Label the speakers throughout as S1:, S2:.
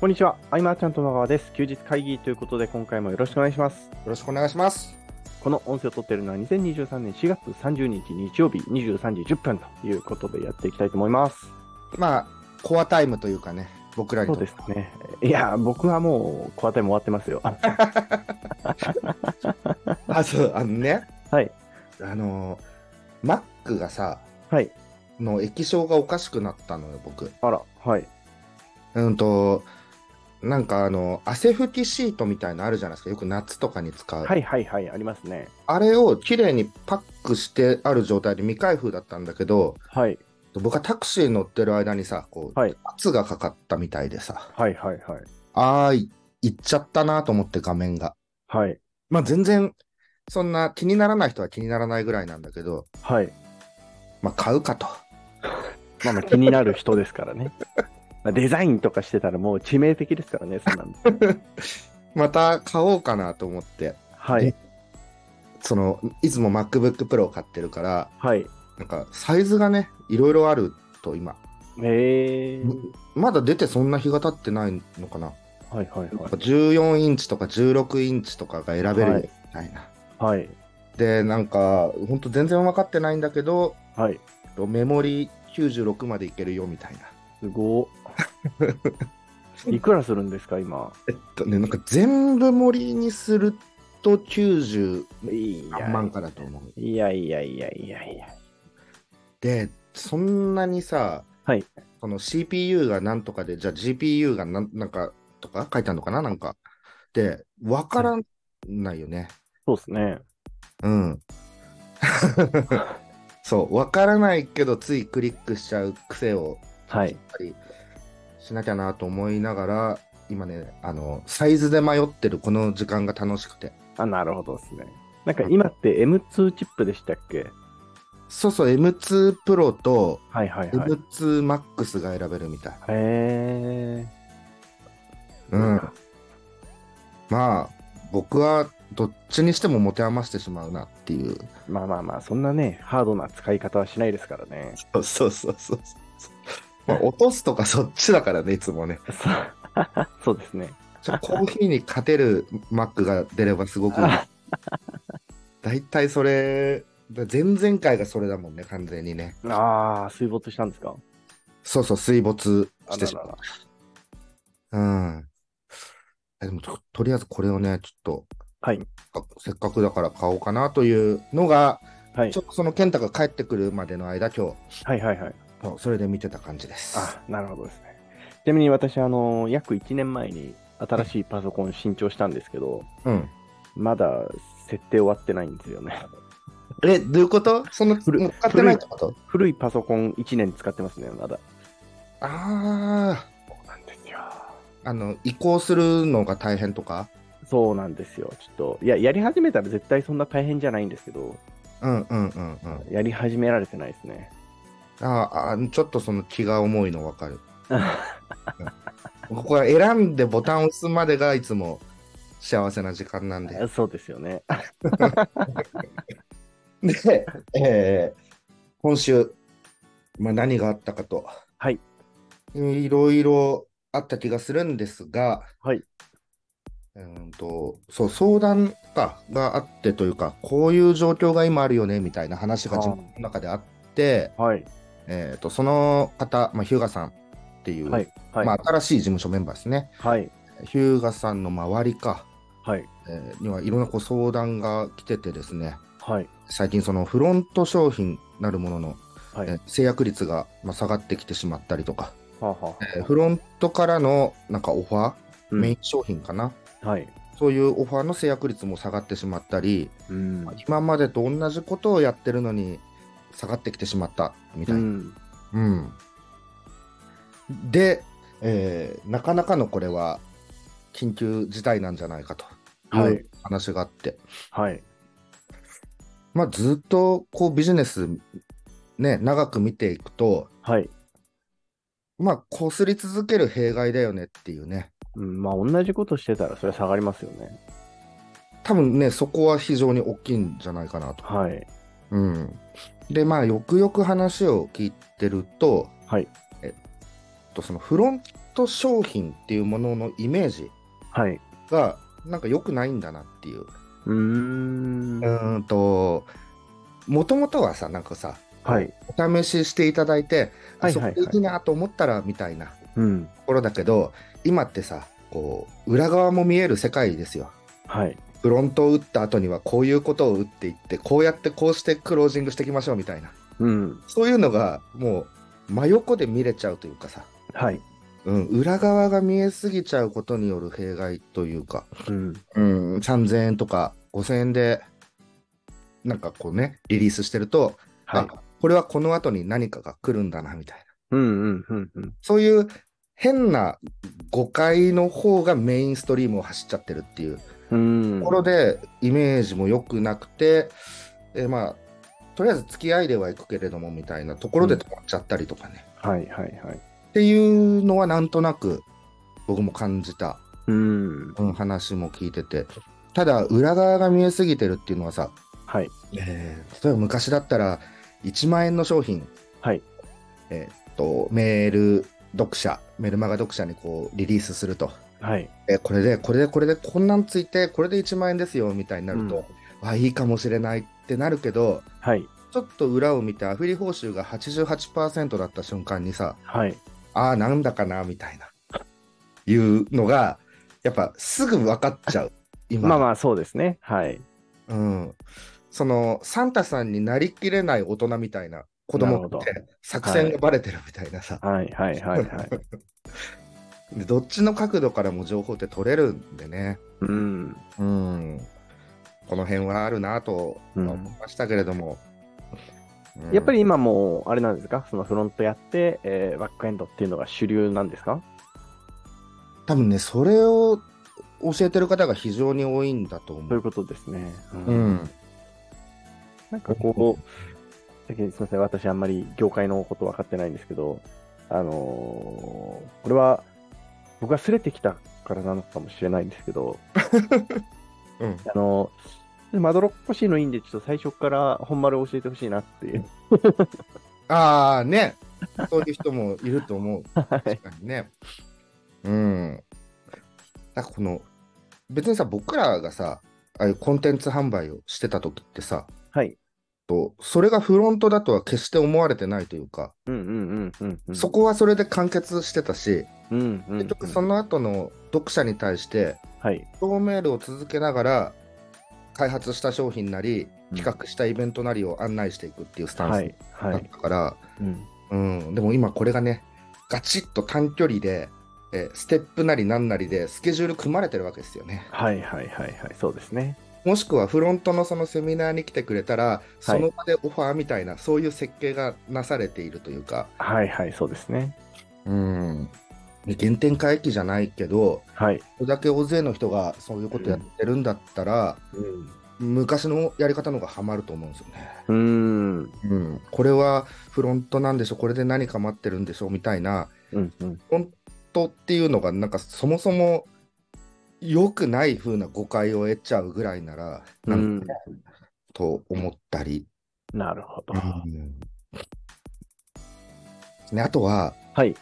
S1: こんにちは。アイマーちゃんと野川です。休日会議ということで、今回もよろしくお願いします。
S2: よろしくお願いします。
S1: この音声を撮っているのは2023年4月30日日曜日23時10分ということでやっていきたいと思います。
S2: まあ、コアタイムというかね、僕らに
S1: そ
S2: と
S1: う
S2: って
S1: ですね。いや、僕はもう、小当たりも終わってますよ。
S2: あ、そう、あのね、
S1: はい。
S2: あのー、マックがさ、
S1: はい。
S2: の液晶がおかしくなったのよ、僕。
S1: あら、はい。
S2: うんと、なんかあの、汗拭きシートみたいのあるじゃないですか。よく夏とかに使う。
S1: はいはいはい、ありますね。
S2: あれを綺麗にパックしてある状態で未開封だったんだけど、
S1: はい。
S2: 僕はタクシーに乗ってる間にさ、こう、
S1: はい
S2: 圧がかかったみたいでさ、
S1: はいはいはい。
S2: あーい、行っちゃったなと思って画面が。
S1: はい。
S2: まあ全然、そんな気にならない人は気にならないぐらいなんだけど、
S1: はい。
S2: まあ買うかと。
S1: まあまあ、気になる人ですから ね。まあデザインとかしてたらもう致命的ですからね、そんなの。
S2: また買おうかなと思って、
S1: はい。
S2: その、いつも MacBook Pro を買ってるから、
S1: はい。
S2: なんかサイズがね、いろいろあると今。
S1: えー。
S2: まだ出てそんな日が経ってないのかな。
S1: はいはい
S2: なん
S1: は
S2: か14インチとか16インチとかが選べるみたいな。
S1: い。はい。
S2: で、なんか、ほんと全然分かってないんだけど、
S1: はい。
S2: メモリ96までいけるよみたいな。
S1: す ごっいくらするんですか、今。
S2: えっとね、なんか全部盛りにすると90
S1: いや
S2: 何万かだと思う。
S1: いやいやいやいやいや。
S2: で、そんなにさ、
S1: はい
S2: この CPU がなんとかで、じゃあ GPU がなんなんかとか書いてあるのかななんか。で、わからないよね。
S1: そうですね。
S2: うん。 そう、わからないけど、ついクリックしちゃう癖を
S1: はい。
S2: やっぱりしなきゃなと思いながら、今ね、あの、サイズで迷ってるこの時間が楽しくて。
S1: あ、なるほどですね。なんか今って M2 チップでしたっけ
S2: そうそう、M2 Pro と、
S1: はいはいはい。
S2: M2MAX が選べるみたい。
S1: へえ。
S2: うん。まあ、僕はどっちにしても持て余してしまうなっていう。
S1: まあまあまあ、そんなね、ハードな使い方はしないですからね。
S2: そうそうそうそう。まあ、落とすとかそっちだからね、いつもね。
S1: そう そうですね。
S2: ちょコーヒーに勝てる Mac が出ればす ごくいい。大体それ、だ前々回がそれだもんね、完全にね。
S1: ああ、水没したんですか
S2: そうそう、水没
S1: あ
S2: して
S1: ら
S2: し
S1: ら
S2: ま
S1: ら
S2: う。うん。えでもと、とりあえずこれをね、ちょっ
S1: はい。
S2: と、せっかくだから買おうかなというのが、
S1: はい
S2: ちょ。っとその健太が帰ってくるまでの間、今
S1: はいはいはい。
S2: 日、もうそれで見てた感じです。
S1: あ、なるほどですね。ちなみに私、あの、約1年前に新しいパソコンを新調したんですけど、
S2: うん。
S1: まだ設定終わってないんですよね。
S2: え、どういうことその、
S1: 古い
S2: もう使ってないってこと
S1: 古いパソコン1年使ってますね、まだ。
S2: あ
S1: そうなんですよ。
S2: あ、あの、移行するのが大変とか
S1: そうなんですよ。ちょっと、いや、やり始めたら絶対そんな大変じゃないんですけど、
S2: うんうんうんうん。
S1: やり始められてないですね。
S2: あーあ、ちょっとその気が重いのわかる。 ここは選んでボタンを押すまでがいつも幸せな時間なんで。
S1: そうですよね。
S2: で、えー今週、まあ、何があったかと。
S1: はい。
S2: いろいろあった気がするんですが、
S1: はい。
S2: うーんと、そう、相談かがあってというか、こういう状況が今あるよね、みたいな話が自分の中であって、
S1: はい。
S2: えっ、と、その方、まあ、ヒューガさんっていう、
S1: はい。はい。
S2: まあ、新しい事務所メンバーですね。
S1: はい。
S2: ヒューガさんの周りか、
S1: はい。
S2: えーにはいろんなこう相談が来ててですね、
S1: はい。
S2: 最近そのフロント商品なるものの、
S1: はい。
S2: え
S1: は
S2: ー制約率がまあ下がってきてしまったりとか、
S1: あはあ
S2: えーフロントからのなんかオファー、
S1: うん
S2: メイン商品かな、
S1: はい。
S2: そういうオファーの制約率も下がってしまったり、
S1: うん。
S2: 今までと同じことをやってるのに下がってきてしまったみた
S1: う
S2: いな。
S1: ん。
S2: うんで、えーなかなかのこれは緊急事態なんじゃないかと
S1: はい
S2: いう話があって、
S1: はい。
S2: まあ、ずっとこうビジネス、ね、長く見ていくと、
S1: はい。
S2: まあ、こすり続ける弊害だよねっていうね、
S1: うん、まあ、同じことしてたら、それは下がりますよね。
S2: 多分ね、そこは非常に大きいんじゃないかなと。
S1: はい。
S2: うん、で、まあ、よくよく話を聞いてると、
S1: はい
S2: えっと、そのフロント商品っていうもののイメージ
S1: はい。
S2: がなんか良くないんだなっていう。
S1: うーん
S2: う。ーんと、もともとはさ、なんかさ、
S1: はい。
S2: お試ししていただいて、あ
S1: はい
S2: そ
S1: はいは
S2: こ
S1: い
S2: でいいなと思ったらみたいなと
S1: うん。
S2: ころだけど、今ってさ、こう、裏側も見える世界ですよ。
S1: はい。
S2: フロントを打った後にはこういうことを打っていって、こうやってこうしてクロージングしていきましょうみたいな。
S1: うん。
S2: そういうのがもう真横で見れちゃうというかさ、
S1: はい。
S2: うん、裏側が見えすぎちゃうことによる弊害というか、
S1: うん。
S2: うん、3000円とか5000円で、なんかこうね、リリースしてると、
S1: はい
S2: あ。これはこの後に何かが来るんだなみたい
S1: う
S2: な。
S1: んうんうんうん。
S2: そういう変な誤解の方がメインストリームを走っちゃってるっていう
S1: うん
S2: ところで、イメージも良くなくて、えーまあ、とりあえず付き合いではいくけれどもみたいなところで止まっちゃったりとかね。
S1: はいはいはい。
S2: っていうのはなんとなく僕も感じた、
S1: うん。
S2: うん、話も聞いてて。ただ、裏側が見えすぎてるっていうのはさ、
S1: はい。
S2: えー例えば昔だったら1万円の商品、
S1: はい
S2: えーっとメール読者メルマガ読者にこうリリースすると、
S1: はい。
S2: えーこれでこれでこれでこんなんついてこれで1万円ですよみたいになると、あいいかもしれないってなるけど
S1: はい。
S2: ちょっと裏を見てアフィリ報酬が88%だった瞬間にさ
S1: はい。
S2: ああなんだかなみたいないうのがやっぱすぐ分かっち ゃう今
S1: まあまあ、そうですね。はい。
S2: うん、そのサンタさんになりきれない大人みたいな子供っ
S1: な
S2: て作戦がバレてるみたいなさ、
S1: はいはいはいはい。
S2: でどっちの角度からも情報って取れるんでね、
S1: うん。
S2: うん、この辺はあるなと思いましたけれども、うん
S1: やっぱり今もう、あれなんですかそのフロントやって、えーバックエンドっていうのが主流なんですか
S2: 多分ねそれを教えてる方が非常に多いんだ
S1: と
S2: と思
S1: いう
S2: う。
S1: ことですね。
S2: う。ん、
S1: なんかこう、先にすみません、私あんまり業界のこと分かってないんですけど、あのーこれは僕がすれてきたからなのかもしれないんですけど、
S2: うん
S1: あのーまどろっこしいのいいんで、ちょっと最初から本丸を教えてほしいなっていう。
S2: ああねそういう人もいると 思う。確かにね。うん。だからこの、別にさ、僕らがさ、ああいうコンテンツ販売をしてた時ってさ、
S1: はい。
S2: とそれがフロントだとは決して思われてないというか、
S1: うんうんうんうんうん。
S2: そこはそれで完結してたし、
S1: うんうんうん、
S2: 結局その後の読者に対して、
S1: はい。
S2: 同メールを続けながら、開発した商品なり、
S1: うん
S2: 企画したイベントなりを案内していくっていうスタ
S1: は
S2: ン
S1: い。
S2: スだ
S1: は
S2: っ
S1: い。
S2: たから、
S1: うん。
S2: うん、でも今これがね、ガチッと短距離で、えーステップなりなんなりでスケジュール組まれてるわけですよね。
S1: はいはいはいはい。そうですね。
S2: もしくはフロントのそのセミナーに来てくれたら、その場でオファーみたいな、そういう設計がなされているというか、
S1: はいはい、そうですね。
S2: うん、原点回帰じゃないけど、
S1: はい。
S2: これだけ大勢の人がそういうことやってるんだったら、昔のやり方の方がハマると思うんですよね。
S1: うん。うん。
S2: うん、これはフロントなんでしょ、これで何か待ってるんでしょみたいな、
S1: うんうん。
S2: フロントっていうのがなんかそもそも良くない風な誤解を得ちゃうぐらいなら
S1: う
S2: なん
S1: ん
S2: か、と思ったり、
S1: なるほど。
S2: ね、あとは
S1: はい。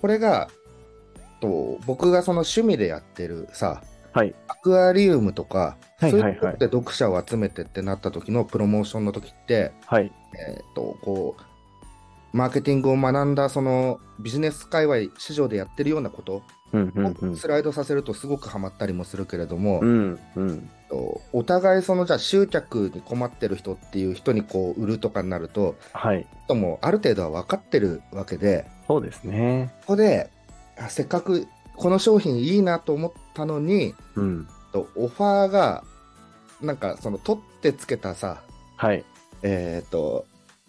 S2: これがと僕がその趣味でやってるさ、
S1: はい
S2: アクアリウムとか、
S1: はいはいはい
S2: そういうことで読者を集めてってなった時のプロモーションの時って、
S1: はい。
S2: えー、とこうマーケティングを学んだそのビジネス界隈市場でやってるようなこと
S1: うんうんうん。
S2: スライドさせるとすごくハマったりもするけれども、
S1: うんうん。
S2: とお互いそのじゃあ集客に困ってる人っていう人にこう売るとかになると
S1: はい。
S2: 人もある程度は分かってるわけで
S1: そうですね。
S2: ここであせっかくこの商品いいなと思ったのに
S1: うん。
S2: とオファーがなんかその取ってつけたさ
S1: はい。
S2: えっ、と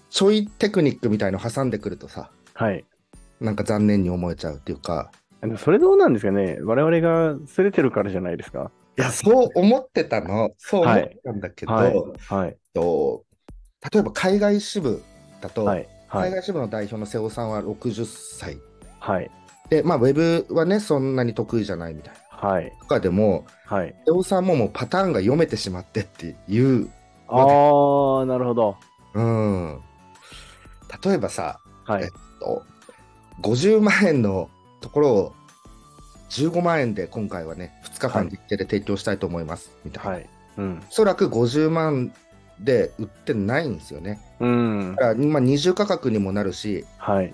S2: ちょいテクニックみたいの挟んでくるとさ
S1: はい。
S2: なんか残念に思えちゃうっていうか
S1: あのそれどうなんですかね我々がすれてるからじゃないですか。
S2: いやそう思ってたのそう思ってたんだけど、
S1: はい。はい。
S2: と例えば海外支部だと、
S1: はい。は
S2: 海
S1: い。
S2: 外支部の代表の瀬尾さんは60歳
S1: はい。
S2: で、まあ、ウェブはねそんなに得意じゃないみたいな
S1: はい。
S2: とかでも
S1: はい。
S2: 瀬尾さんももうパターンが読めてしまってっていう、
S1: あー、なるほど。
S2: うん、例えばさ
S1: はい。
S2: と50万円のところを15万円で今回はね、2日間日程で提供したいと思います、みたいな。
S1: はい。うん。
S2: おそらく50万で売ってないんですよね。
S1: うん
S2: だ。から、まあ、二重価格にもなるし、
S1: はい。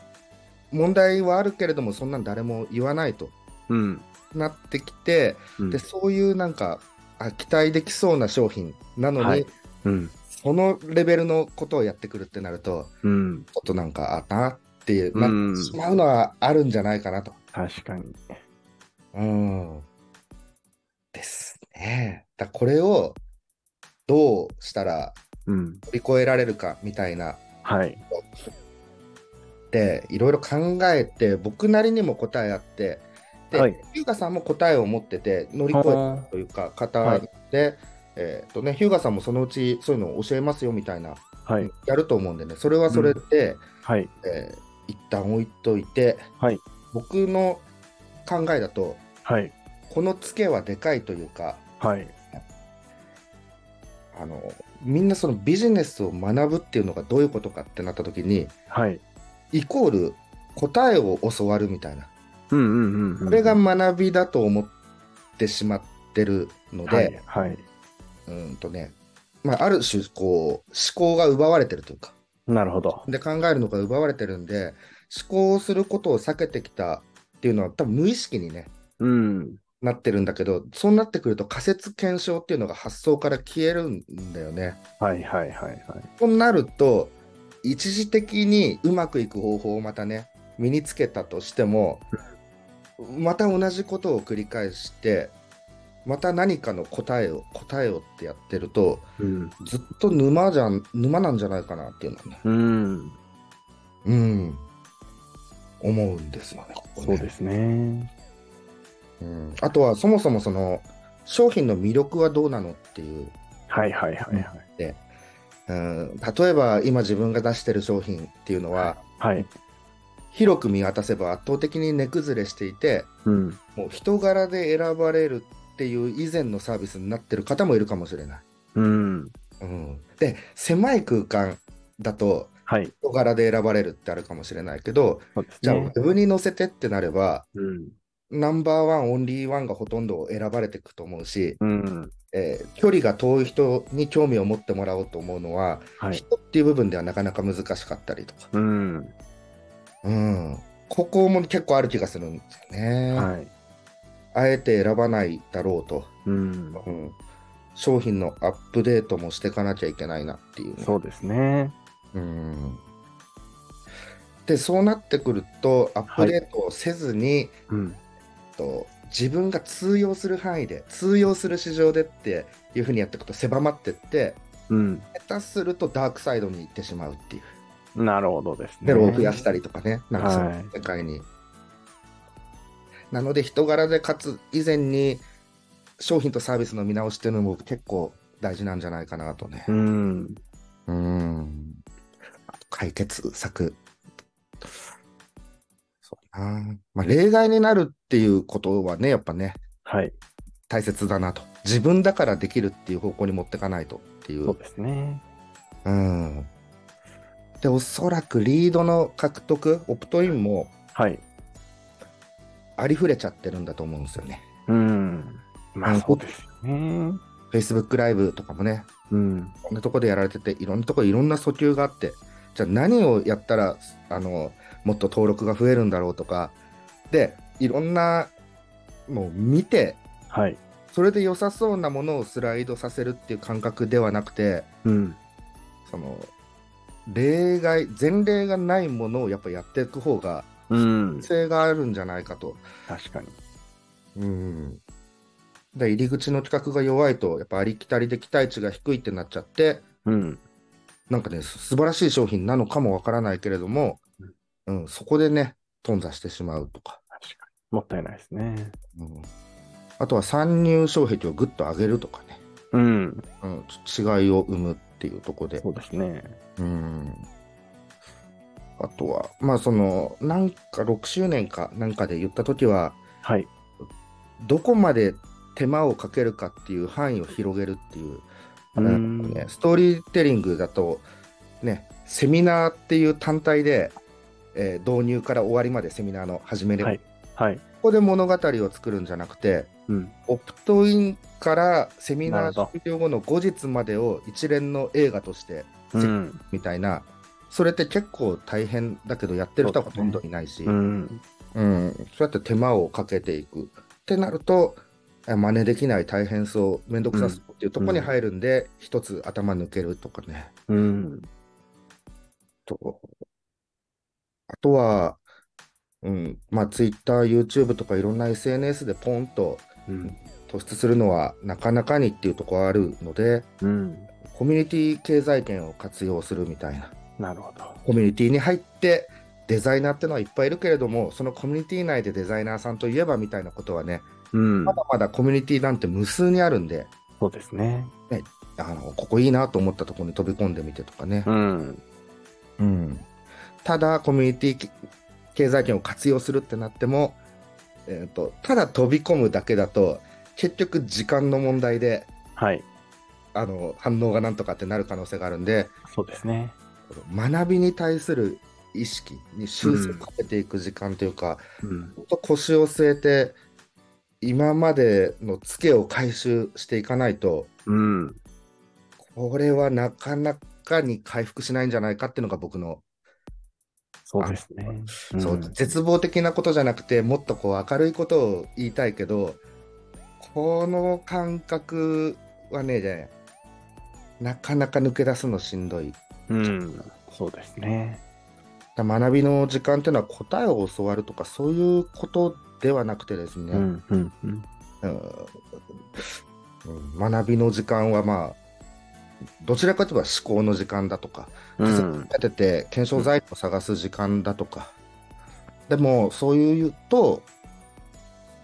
S2: 問題はあるけれども、そんなん誰も言わないと
S1: うん。
S2: なってきて、
S1: うん
S2: でそういうなんかあ期待できそうな商品なのに、
S1: はいうん。
S2: そのレベルのことをやってくるってなると
S1: うん。
S2: ちょっとなんかあなっていう
S1: う
S2: なんってしまうのはあるんじゃないかなと。
S1: 確かに。
S2: うんですね。だこれをどうしたら
S1: うん。
S2: 乗り越えられるかみたいな
S1: はい。
S2: でいろいろ考えて僕なりにも答えあってで、
S1: はい
S2: ヒューガさんも答えを持ってて乗り越えたというか方で、えーっとね、ヒューガさんもそのうちそういうのを教えますよみたいな、
S1: はい。
S2: やると思うんでねそれはそれで、
S1: はい。
S2: えー一旦置いといて、
S1: はい
S2: 僕の考えだと
S1: はい。
S2: このツケはでかいというか
S1: はい。
S2: あのみんなそのビジネスを学ぶっていうのがどういうことかってなった時に
S1: はい。
S2: イコール答えを教わるみたいな。
S1: うんうんうんうん。
S2: これが学びだと思ってしまってるので、
S1: はい。はい。
S2: うーんとね、まあ、ある種こう思考が奪われてるというか
S1: なるほど。
S2: で考えるのが奪われてるんで思考をすることを避けてきたっていうのは多分無意識に、ね、
S1: うん。
S2: なってるんだけどそうなってくると仮説検証っていうのが発想から消えるんだよね。
S1: はいはいはいはい。
S2: となると一時的にうまくいく方法をまたね身につけたとしてもまた同じことを繰り返してまた何かの答えを答えをってやってると
S1: うん。
S2: ずっと沼じゃん沼なんじゃないかなっていうのはね
S1: うん。
S2: うん思うんですよねここね
S1: そうですね。
S2: うん、あとはそもそもその商品の魅力はどうなのっていう、
S1: はいはいはいはい。
S2: うん、例えば今自分が出してる商品っていうのは、
S1: はい。
S2: 広く見渡せば圧倒的に値崩れしていて
S1: うん。
S2: もう人柄で選ばれるっていう以前のサービスになってる方もいるかもしれない。
S1: うん。
S2: うん、で狭い空間だと
S1: はい。
S2: 人柄で選ばれるってあるかもしれないけど
S1: そうです
S2: じゃあ
S1: ね。
S2: ウェブに載せてってなれば、
S1: うん。
S2: ナンバーワンオンリーワンがほとんど選ばれていくと思うし、
S1: うん。
S2: えー距離が遠い人に興味を持ってもらおうと思うのは、
S1: はい。
S2: 人っていう部分ではなかなか難しかったりとか、
S1: うん。
S2: うん、ここも結構ある気がするんですよね。
S1: はい。
S2: あえて選ばないだろうと、
S1: うん。
S2: うん商品のアップデートもしていかなきゃいけないなっていうね、
S1: そうですね。
S2: うんでそうなってくるとアップデートをせずに、
S1: うん。
S2: と自分が通用する範囲で通用する市場でっていうふうにやっていくと狭まってって
S1: うん。
S2: 下手するとダークサイドに行ってしまうっていう
S1: なるほどですね。
S2: テロを増やしたりとかねなんかそ
S1: はい
S2: の世界に、なので人柄で勝つ以前に商品とサービスの見直しっていうのも結構大事なんじゃないかなとね
S1: うん。
S2: うんあと解決策そうだなまあ例外になるっていうことはねやっぱね
S1: はい。
S2: 大切だなと自分だからできるっていう方向に持ってかないとってい
S1: そう
S2: う
S1: ですね。
S2: うんでおそらくリードの獲得オプトインも
S1: はい。
S2: ありふれちゃってるんだと思うんですよね
S1: うん。ま
S2: う
S1: あ
S2: ん
S1: そうですよね。
S2: Facebook ライブとかもね
S1: うん。
S2: こんなとこでやられてていろんなとこいろんな訴求があってじゃあ何をやったらあのもっと登録が増えるんだろうとかでいろんなもう見て
S1: はい。
S2: それで良さそうなものをスライドさせるっていう感覚ではなくて
S1: うん。
S2: その例外前例がないものをやっぱやっていく方が
S1: うん。
S2: 性があるんじゃないかと、
S1: 確かに。
S2: うん、で入り口の企画が弱いとやっぱありきたりで期待値が低いってなっちゃって
S1: うん。
S2: なんかねす素晴らしい商品なのかもわからないけれども、うん、そこでね頓挫してしまうとか、
S1: 確かに。もったいないですね。
S2: うん、あとは参入障壁をぐっと上げるとかね、
S1: うん。
S2: うん、ち違いを生むっていうところで
S1: そうですね。
S2: うんあとは、まあその、なんか6周年かなんかで言ったときは、
S1: はい。
S2: どこまで手間をかけるかっていう範囲を広げるっていう、
S1: うん
S2: なんかねストーリーテリングだと、ね、セミナーっていう単体で、えー導入から終わりまでセミナーの始めれば、
S1: はいはい。
S2: ここで物語を作るんじゃなくて、
S1: うん。
S2: オプトインからセミ
S1: な
S2: ナ
S1: るほ
S2: ー
S1: ど
S2: 終了後の後日までを一連の映画として
S1: うん。
S2: みたいな、それって結構大変だけど、やってる人はほとんどいないし、
S1: うん。
S2: うん、そうやって手間をかけていくってなると、え真似できない大変そう、めんどくさそうっていうところに入るんで、一つ頭抜けるとかね。
S1: うん。
S2: とあとは、うん、まあ、Twitter、YouTube とかいろんな SNS でポンと
S1: うん。
S2: 突出するのはなかなかにっていうところはあるので、
S1: うん。
S2: コミュニティ経済圏を活用するみたいな。
S1: なるほど。
S2: コミュニティに入ってデザイナーってのはいっぱいいるけれどもそのコミュニティ内でデザイナーさんといえばみたいなことはね
S1: うん
S2: ま。だまだコミュニティなんて無数にあるんで
S1: そうですね。
S2: あのここいいなと思ったところに飛び込んでみてとかね、
S1: うん。
S2: うんただコミュニティき経済圏を活用するってなっても、えー、とただ飛び込むだけだと結局時間の問題で
S1: はい。
S2: あの反応がなんとかってなる可能性があるんで
S1: そうですね。
S2: 学びに対する意識に修正をかけていく時間というか、
S1: うん。
S2: ちょっと腰を据えて今までのツケを回収していかないと
S1: うん。
S2: これはなかなかに回復しないんじゃないかっていうのが僕の、
S1: そうですね。ん
S2: そう絶望的なことじゃなくてもっとこう明るいことを言いたいけどこの感覚はねなかなか抜け出すのしんどい
S1: うん。そうですね。
S2: 学びの時間っていうのは答えを教わるとかそういうことではなくてですね、
S1: うん。うん。うん。
S2: うん学びの時間はまあどちらかといえば思考の時間だとか、
S1: う
S2: 仮
S1: ん
S2: 説。立てて検証材料を探す時間だとか、でもそういうと、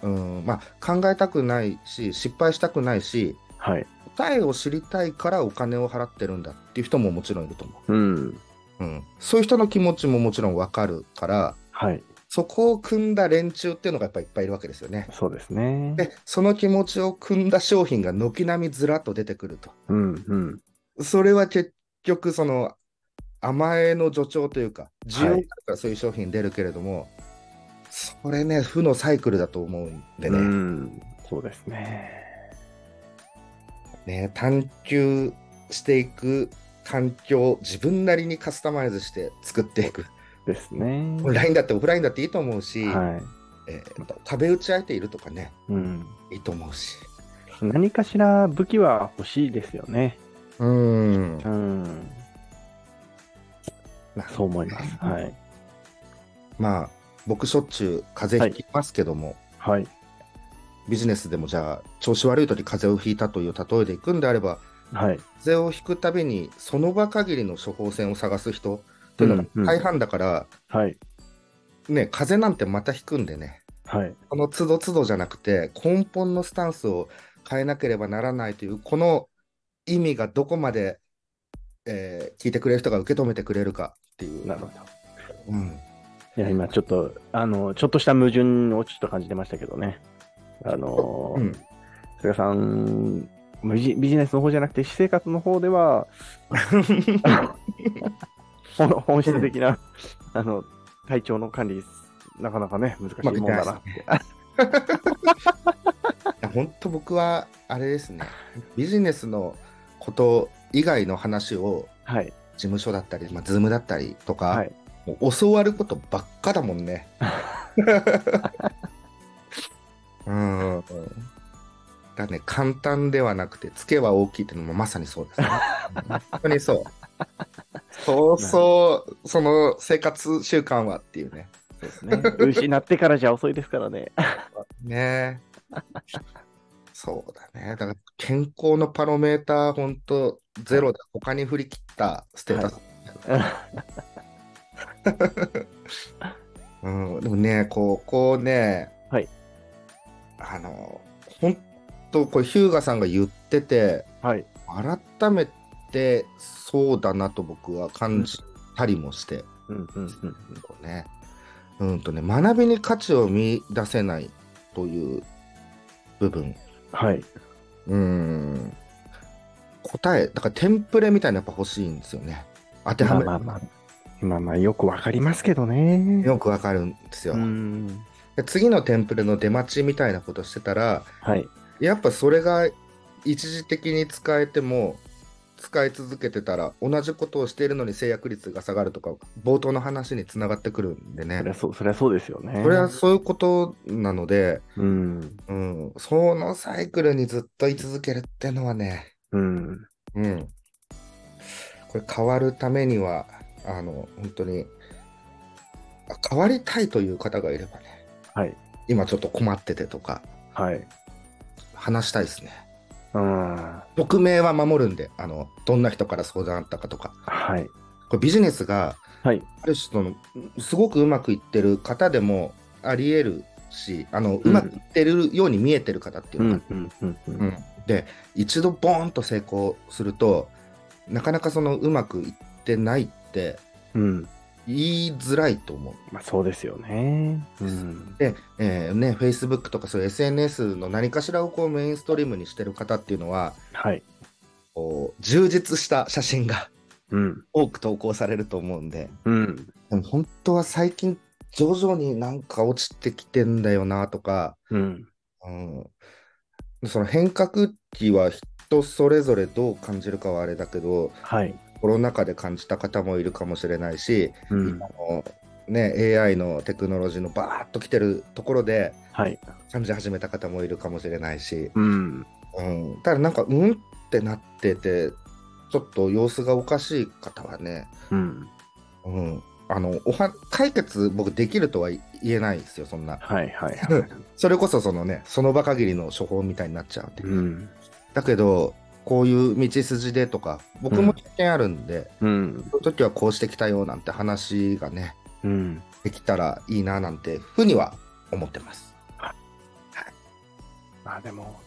S2: うんまあ、考えたくないし失敗したくないし
S1: はい。
S2: 答えを知りたいからお金を払ってるんだっていう人ももちろんいると思
S1: うん。
S2: う、うん、そういう人の気持ちももちろんわかるから
S1: はい。
S2: そこを組んだ連中っていうのがやっぱりいっぱいいるわけですよね。
S1: そうですね。
S2: で、その気持ちを組んだ商品が軒並みずらっと出てくると。
S1: うん。うん。
S2: それは結局、その甘えの助長というか、需要があ
S1: はい
S2: るからそういう商品出るけれども、それね、負のサイクルだと思うんでね、
S1: うん。そうですね。
S2: ね探求していく環境を自分なりにカスタマイズして作っていく。
S1: ですね。
S2: オンラインだってオフラインだっていいと思うし、
S1: は
S2: えーと壁打ち相手いるとかね、
S1: い。うん。
S2: いいと思うし。
S1: 何かしら武器は欲しいですよね。
S2: うん
S1: うん。そう思います。はい。
S2: まあ、僕しょっちゅう風邪ひきますけども、
S1: はい。
S2: ビジネスでもじゃあ、調子悪い時風邪をひいたという例えでいくんであれば、
S1: はい。
S2: 風邪をひくたびに、その場限りの処方箋を探す人っていうの
S1: うんう
S2: が
S1: ん
S2: 大半だから、
S1: はい。
S2: ね、風邪なんてまたひくんでね、
S1: はい。
S2: この都度都度じゃなくて、根本のスタンスを変えなければならないという、この意味がどこまで、えー聞いてくれる人が受け止めてくれるかっていう。
S1: なるほど。
S2: うん
S1: いや、今ちょっと、あの、ちょっとした矛盾をちょっと感じてましたけどね。あの、
S2: うん
S1: 菅さん、ビジビジネスの方じゃなくて、私生活の方では、本本質的な、あの、体調の管理、なかなかね、難しいもんだな。
S2: 本当僕はあれですねビジネスのこと以外の話を
S1: はい。
S2: 事務所だったり、まあ、ズームだったりとか、
S1: はい。
S2: もう教わることばっかだも んね。うんだね簡単ではなくてツケは大きいっていうのもまさにそう ですね。本当にそう。そうそうその生活習慣はっていうね。
S1: そうですね。失ってからじゃ遅いですからね。
S2: ねえ。そうだね。だから健康のパロメーター、ほんとゼロで他に振り切ったステータス。 うん、でもね、こう、こうね、
S1: はい
S2: あの、ほんと、これ、ヒューガさんが言ってて、
S1: はい。
S2: 改めてそうだなと僕は感じたりもして。
S1: うんうんうん。
S2: こうね、うんとね、学びに価値を見出せないという部分。
S1: はい。
S2: うん。答え、だからテンプレみたいなのやっぱ欲しいんですよね。当ては
S1: まあ
S2: める。
S1: まあまあ、まあまあよくわかりますけどね。
S2: よくわかるんですよ。
S1: うん。
S2: で次のテンプレの出待ちみたいなことしてたら、
S1: はい。
S2: やっぱそれが一時的に使えても、使い続けてたら、同じことをしているのに制約率が下がるとか、冒頭の話につながってくるんで
S1: そりゃ
S2: ね、
S1: そう、そりゃそうですよね。
S2: これはそういうことなので、
S1: うん。
S2: うん、そのサイクルにずっと居続けるってのはね、
S1: うん。
S2: うん、これ変わるためには、あの、本当に、あ変わりたいという方がいればね、
S1: はい。
S2: 今ちょっと困っててとか、
S1: はい。
S2: 話したいですね。
S1: うん。は
S2: 匿名は守るんで、あの、どんな人から相談あったかとか。
S1: い。
S2: これビジネスが、
S1: はい。
S2: ある種その、すごくうまくいってる方でもあり得るし、あの、
S1: う
S2: うんまくいってるように見えてる方っていううの
S1: ん
S2: が、。
S1: うん。うん。う
S2: うん
S1: ん。
S2: で、一度ボーンと成功すると、なかなかその、うまくいってないって
S1: うん。
S2: 言いづらいと思う。
S1: まあ、そうですよね。うん。
S2: で、えーね、Facebook とかそういう SNS の何かしらをこうメインストリームにしてる方っていうのは、
S1: はい。
S2: こう充実した写真が
S1: うん。
S2: 多く投稿されると思うんで、
S1: うん。
S2: でも本当は最近徐々になんか落ちてきてんだよなとか、
S1: うん。
S2: うん、その変革期は人それぞれどう感じるかはあれだけど、
S1: はい。
S2: コロナ禍で感じた方もいるかもしれないし、
S1: うん
S2: あ。のね、AI のテクノロジーのバーッと来てるところで
S1: はい。
S2: 感じ始めた方もいるかもしれないし、
S1: うん。
S2: うん、ただなんかうんってなっててちょっと様子がおかしい方はね、
S1: うん。
S2: うん、あのおは解決僕できるとは言えないですよそんな
S1: はい。はい。はい。
S2: それこそそのねその場限りの処方みたいになっちゃうんで、
S1: うん。
S2: だけどこういう道筋でとか僕も経験あるんで、
S1: うん。
S2: そういう時はこうしてきたよなんて話がね
S1: うん。
S2: できたらいいななんてふうには思ってます
S1: まあでも、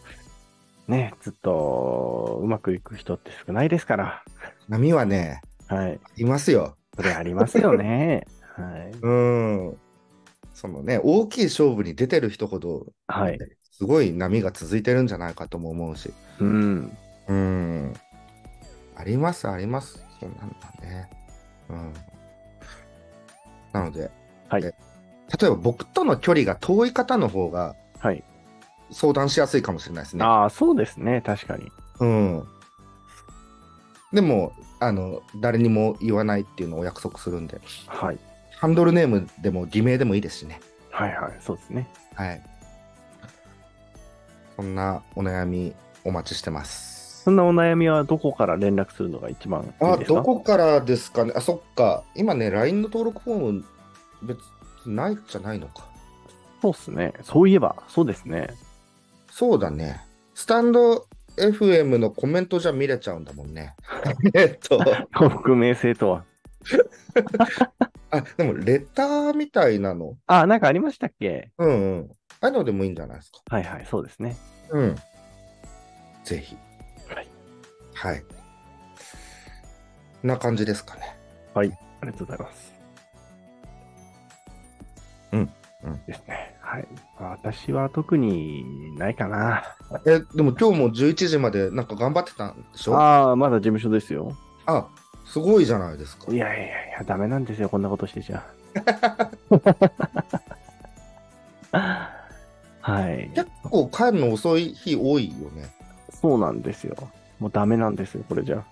S1: ね、ずっとうまくいく人って少ないですから。
S2: 波はね
S1: はい。
S2: いますよ
S1: それありますよね。はい。
S2: うんそのね大きい勝負に出てる人ほど
S1: はい。
S2: すごい波が続いてるんじゃないかとも思うし。
S1: うん。
S2: うん。あります、あります。そうなんだね。うん。なので、
S1: はい
S2: え例えば僕との距離が遠い方の方が
S1: はい。
S2: 相談しやすいかもしれないですね。
S1: ああ、そうですね。確かに。
S2: うん。でも、あの、誰にも言わないっていうのをお約束するんで、
S1: はい。
S2: ハンドルネームでも偽名でもいいですしね。
S1: はいはい。そうですね。
S2: はい。そんなお悩みお待ちしてます。
S1: そんなお悩みはどこから連絡するのが一番いいですか
S2: あ、どこからですかね。あ、そっか。今ね、LINE の登録フォーム、別にないじゃないのか。
S1: そうですね。そういえば、そうですね。
S2: そうだね。スタンド FM のコメントじゃ見れちゃうんだも んね。えっと、
S1: 匿名性とは。
S2: あ、でも、レターみたいなの。
S1: あ、なんかありましたっけ
S2: うんうん。ああいうのでもいいんじゃないですか。
S1: はいはい。そうですね。
S2: うん。ぜひ。
S1: はい。
S2: はい。な感じですかね。
S1: ありがとうございます。
S2: うんうん
S1: ですね。はい。私は特にないかな。
S2: え、でも今日も11時までなんか頑張ってたんでしょあ
S1: ああ、まだ事務所ですよ。
S2: あ、すごいじゃないですか
S1: い。やいやいや、ダメなんですよ、こんなことして ちゃ。はい。
S2: 結構帰るの遅い日多いよね。
S1: そうなんですよ。もうダメなんですよ、これじゃ。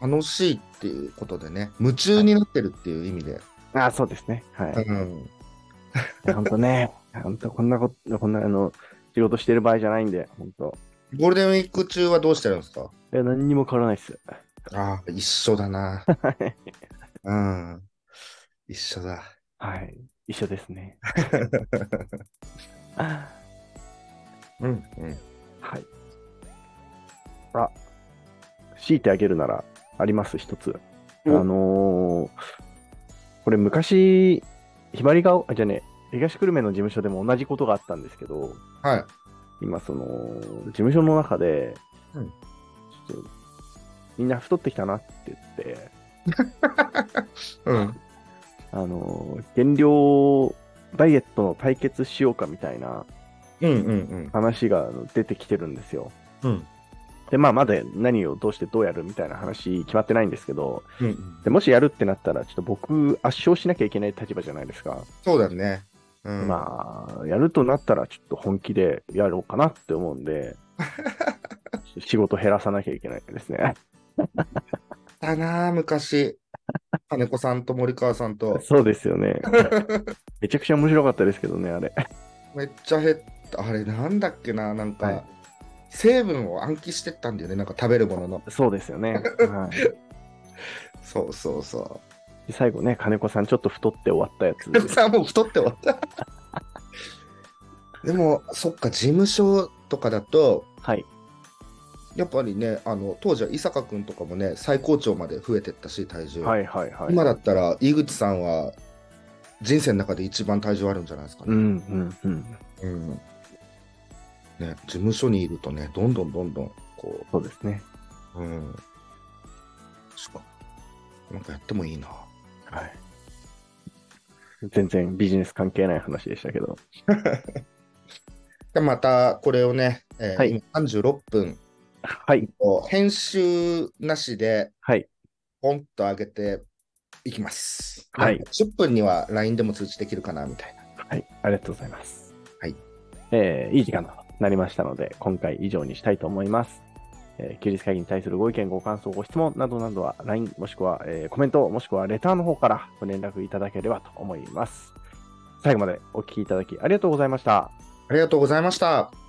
S2: 楽しいっていうことでね、夢中になってるっていう意味で。
S1: ああ、そうですね。はい。
S2: うん、
S1: 本当ね、本当こんなこと、こんな、あの、仕事してる場合じゃないんで、本当
S2: ゴールデンウィーク中はどうしてるんですか
S1: え、何にも変わらないっす。
S2: ああ、一緒だな。うん。一緒だ。
S1: はい。一緒です ね。
S2: うん、うん。
S1: はい。あ、強いてあげるなら、あります、一つ。あ
S2: お
S1: のーこれ昔、ひばりがお、あ、じゃあね、東久留米の事務所でも同じことがあったんですけど、
S2: はい。
S1: 今、その、事務所の中で、
S2: うん
S1: ちょっと、みんな太ってきたなって言って、
S2: うん。
S1: あのー減量ダイエットの対決しようかみたいな
S2: うん、うん、
S1: 話があの出てきてるんですよ。
S2: うん。うん。
S1: で、まあ、まだ何をどうしてどうやるみたいな話決まってないんですけど、
S2: うん
S1: でもしやるってなったら、ちょっと僕、圧勝しなきゃいけない立場じゃないですか。
S2: そうだね。うん、
S1: まあ、やるとなったら、ちょっと本気でやろうかなって思うん で、仕事減らさなきゃいけないですね。
S2: だなあ、 昔。金子さんと森川さんと。
S1: そうですよ ね。めちゃくちゃ面白かったですけどね、あれ。
S2: めっちゃ減った。あれ、なんだっけな、なんか、
S1: はい
S2: 成分を暗記してったんだよね、なんか食べるものの。
S1: そうですよね。はい、
S2: そうそうそ
S1: 最後ね、金子さん、ちょっと太って終わったやつ
S2: う。。さあ、もう太って終わ った。でも、そっか、事務所とかだと、
S1: はい。
S2: やっぱりね、あの当時は伊坂君とかもね、最高潮まで増えてったし、体重。
S1: はいはいはい。
S2: 今だったら、井口さんは人生の中で一番体重あるんじゃないですか
S1: う
S2: ね。
S1: んうんうん。
S2: うんね、事務所にいるとね、どんどんどんどん、こ
S1: そうですね。
S2: う、うん。確かなんかやってもいいな。
S1: はい。全然ビジネス関係ない話でしたけど。
S2: でまた、これをね、えー
S1: はい
S2: 今36分
S1: はい。
S2: を編集なしで、
S1: はい。
S2: ポンと上げていきます。
S1: はい
S2: 10分には LINE でも通知できるかな、みたいな。
S1: はい。ありがとうございます。
S2: はい。
S1: えーいい時間となりましたので、今回以上にしたいと思います。えー休日会議に対するご意見、ご感想、ご質問などなどは LINE もしくは、えーコメントもしくはレターの方からご連絡いただければと思います。最後までお聞きいただきありがとうございました。
S2: ありがとうございました。